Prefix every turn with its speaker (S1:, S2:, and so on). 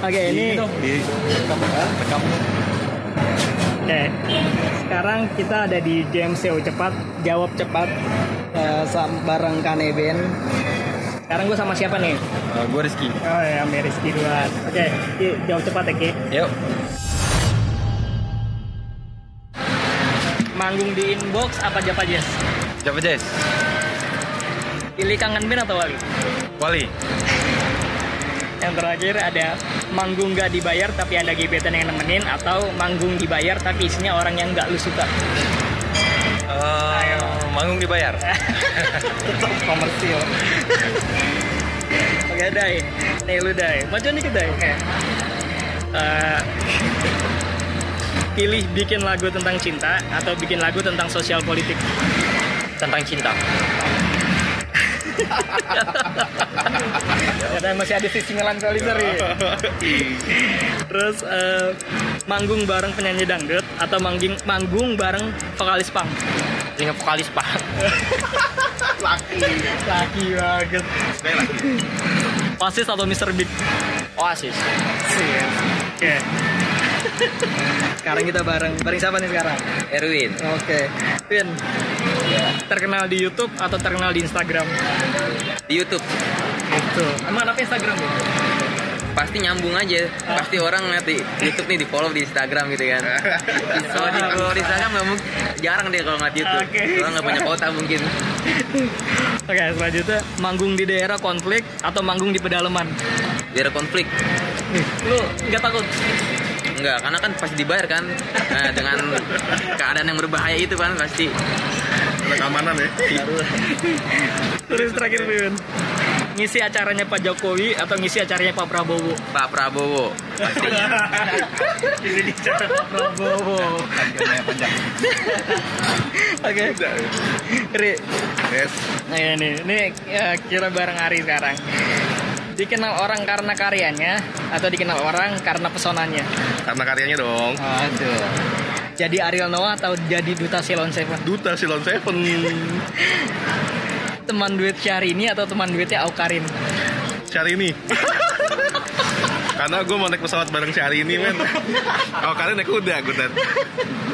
S1: Oke, ini
S2: Di- di rekam
S1: Oke, sekarang kita ada di JMCO cepat, jawab cepat eh, sam- bareng Kaneben. Sekarang gue sama siapa nih?
S2: gue Rizky
S1: Oh ya, sama Rizky duluan. Oke, Ki, jawab cepat ya Ki.
S2: yuk
S1: Manggung di inbox apa Japa Jazz?
S2: siapa Jess
S1: Pilih kangen band atau wali?
S2: Wali
S1: Yang terakhir ada manggung gak dibayar tapi ada gebetan yang nemenin atau manggung dibayar tapi isinya orang yang gak lu suka.
S2: Eh, manggung dibayar
S1: Tetap komersil. Oke, Dai. Nih lu, Dai. Majuan dikit, Dai. Oke. Eh, pilih bikin lagu tentang cinta atau bikin lagu tentang sosial politik.
S2: tentang cinta
S1: Karena masih ada sisi melankolisir ya. Terus eh, manggung bareng penyanyi dangdut atau manggung manggung bareng vokalis punk.
S2: dengan vokalis pak
S1: Laki banget. Oasis atau Mr. Big.
S2: oasis
S1: Oke. sekarang kita bareng bareng siapa nih sekarang?
S2: Erwin
S1: Oke. Vin. Terkenal di YouTube atau terkenal di Instagram?
S3: di YouTube
S1: Itu. Emang kenapa Instagram ya?
S3: pasti nyambung aja pasti orang ngeliat di YouTube nih di follow di Instagram gitu kan kalau di kalau di Instagram nggak mungkin jarang deh kalau ngeliat YouTube
S1: Oke.
S3: orang nggak punya kota mungkin
S1: Oke, selanjutnya manggung di daerah konflik atau manggung di pedalaman?
S3: biar konflik
S1: Nih, lu nggak takut?
S3: enggak karena kan pasti dibayar kan nah, dengan keadaan yang berbahaya itu kan pasti
S4: ada keamanan ya
S1: Terus terakhir Vin. Ngisi acaranya Pak Jokowi atau ngisi acaranya Pak Prabowo?
S3: Pak Prabowo
S1: Ini di acara Pak Prabowo. Oke. Ri,
S4: yes
S1: Nah ini, ini ya, kira bareng Ari sekarang. Dikenal orang karena karyanya atau dikenal orang karena pesonanya?
S4: karena karyanya dong
S1: Aduh. Jadi Ariel Noah atau jadi duta Silon Seven?
S4: duta silon seven
S1: Teman duit Syahrini atau teman duitnya Aukarin?
S4: cari ini karena gue mau naik pesawat bareng si hari ini men oh kalian naik kuda gue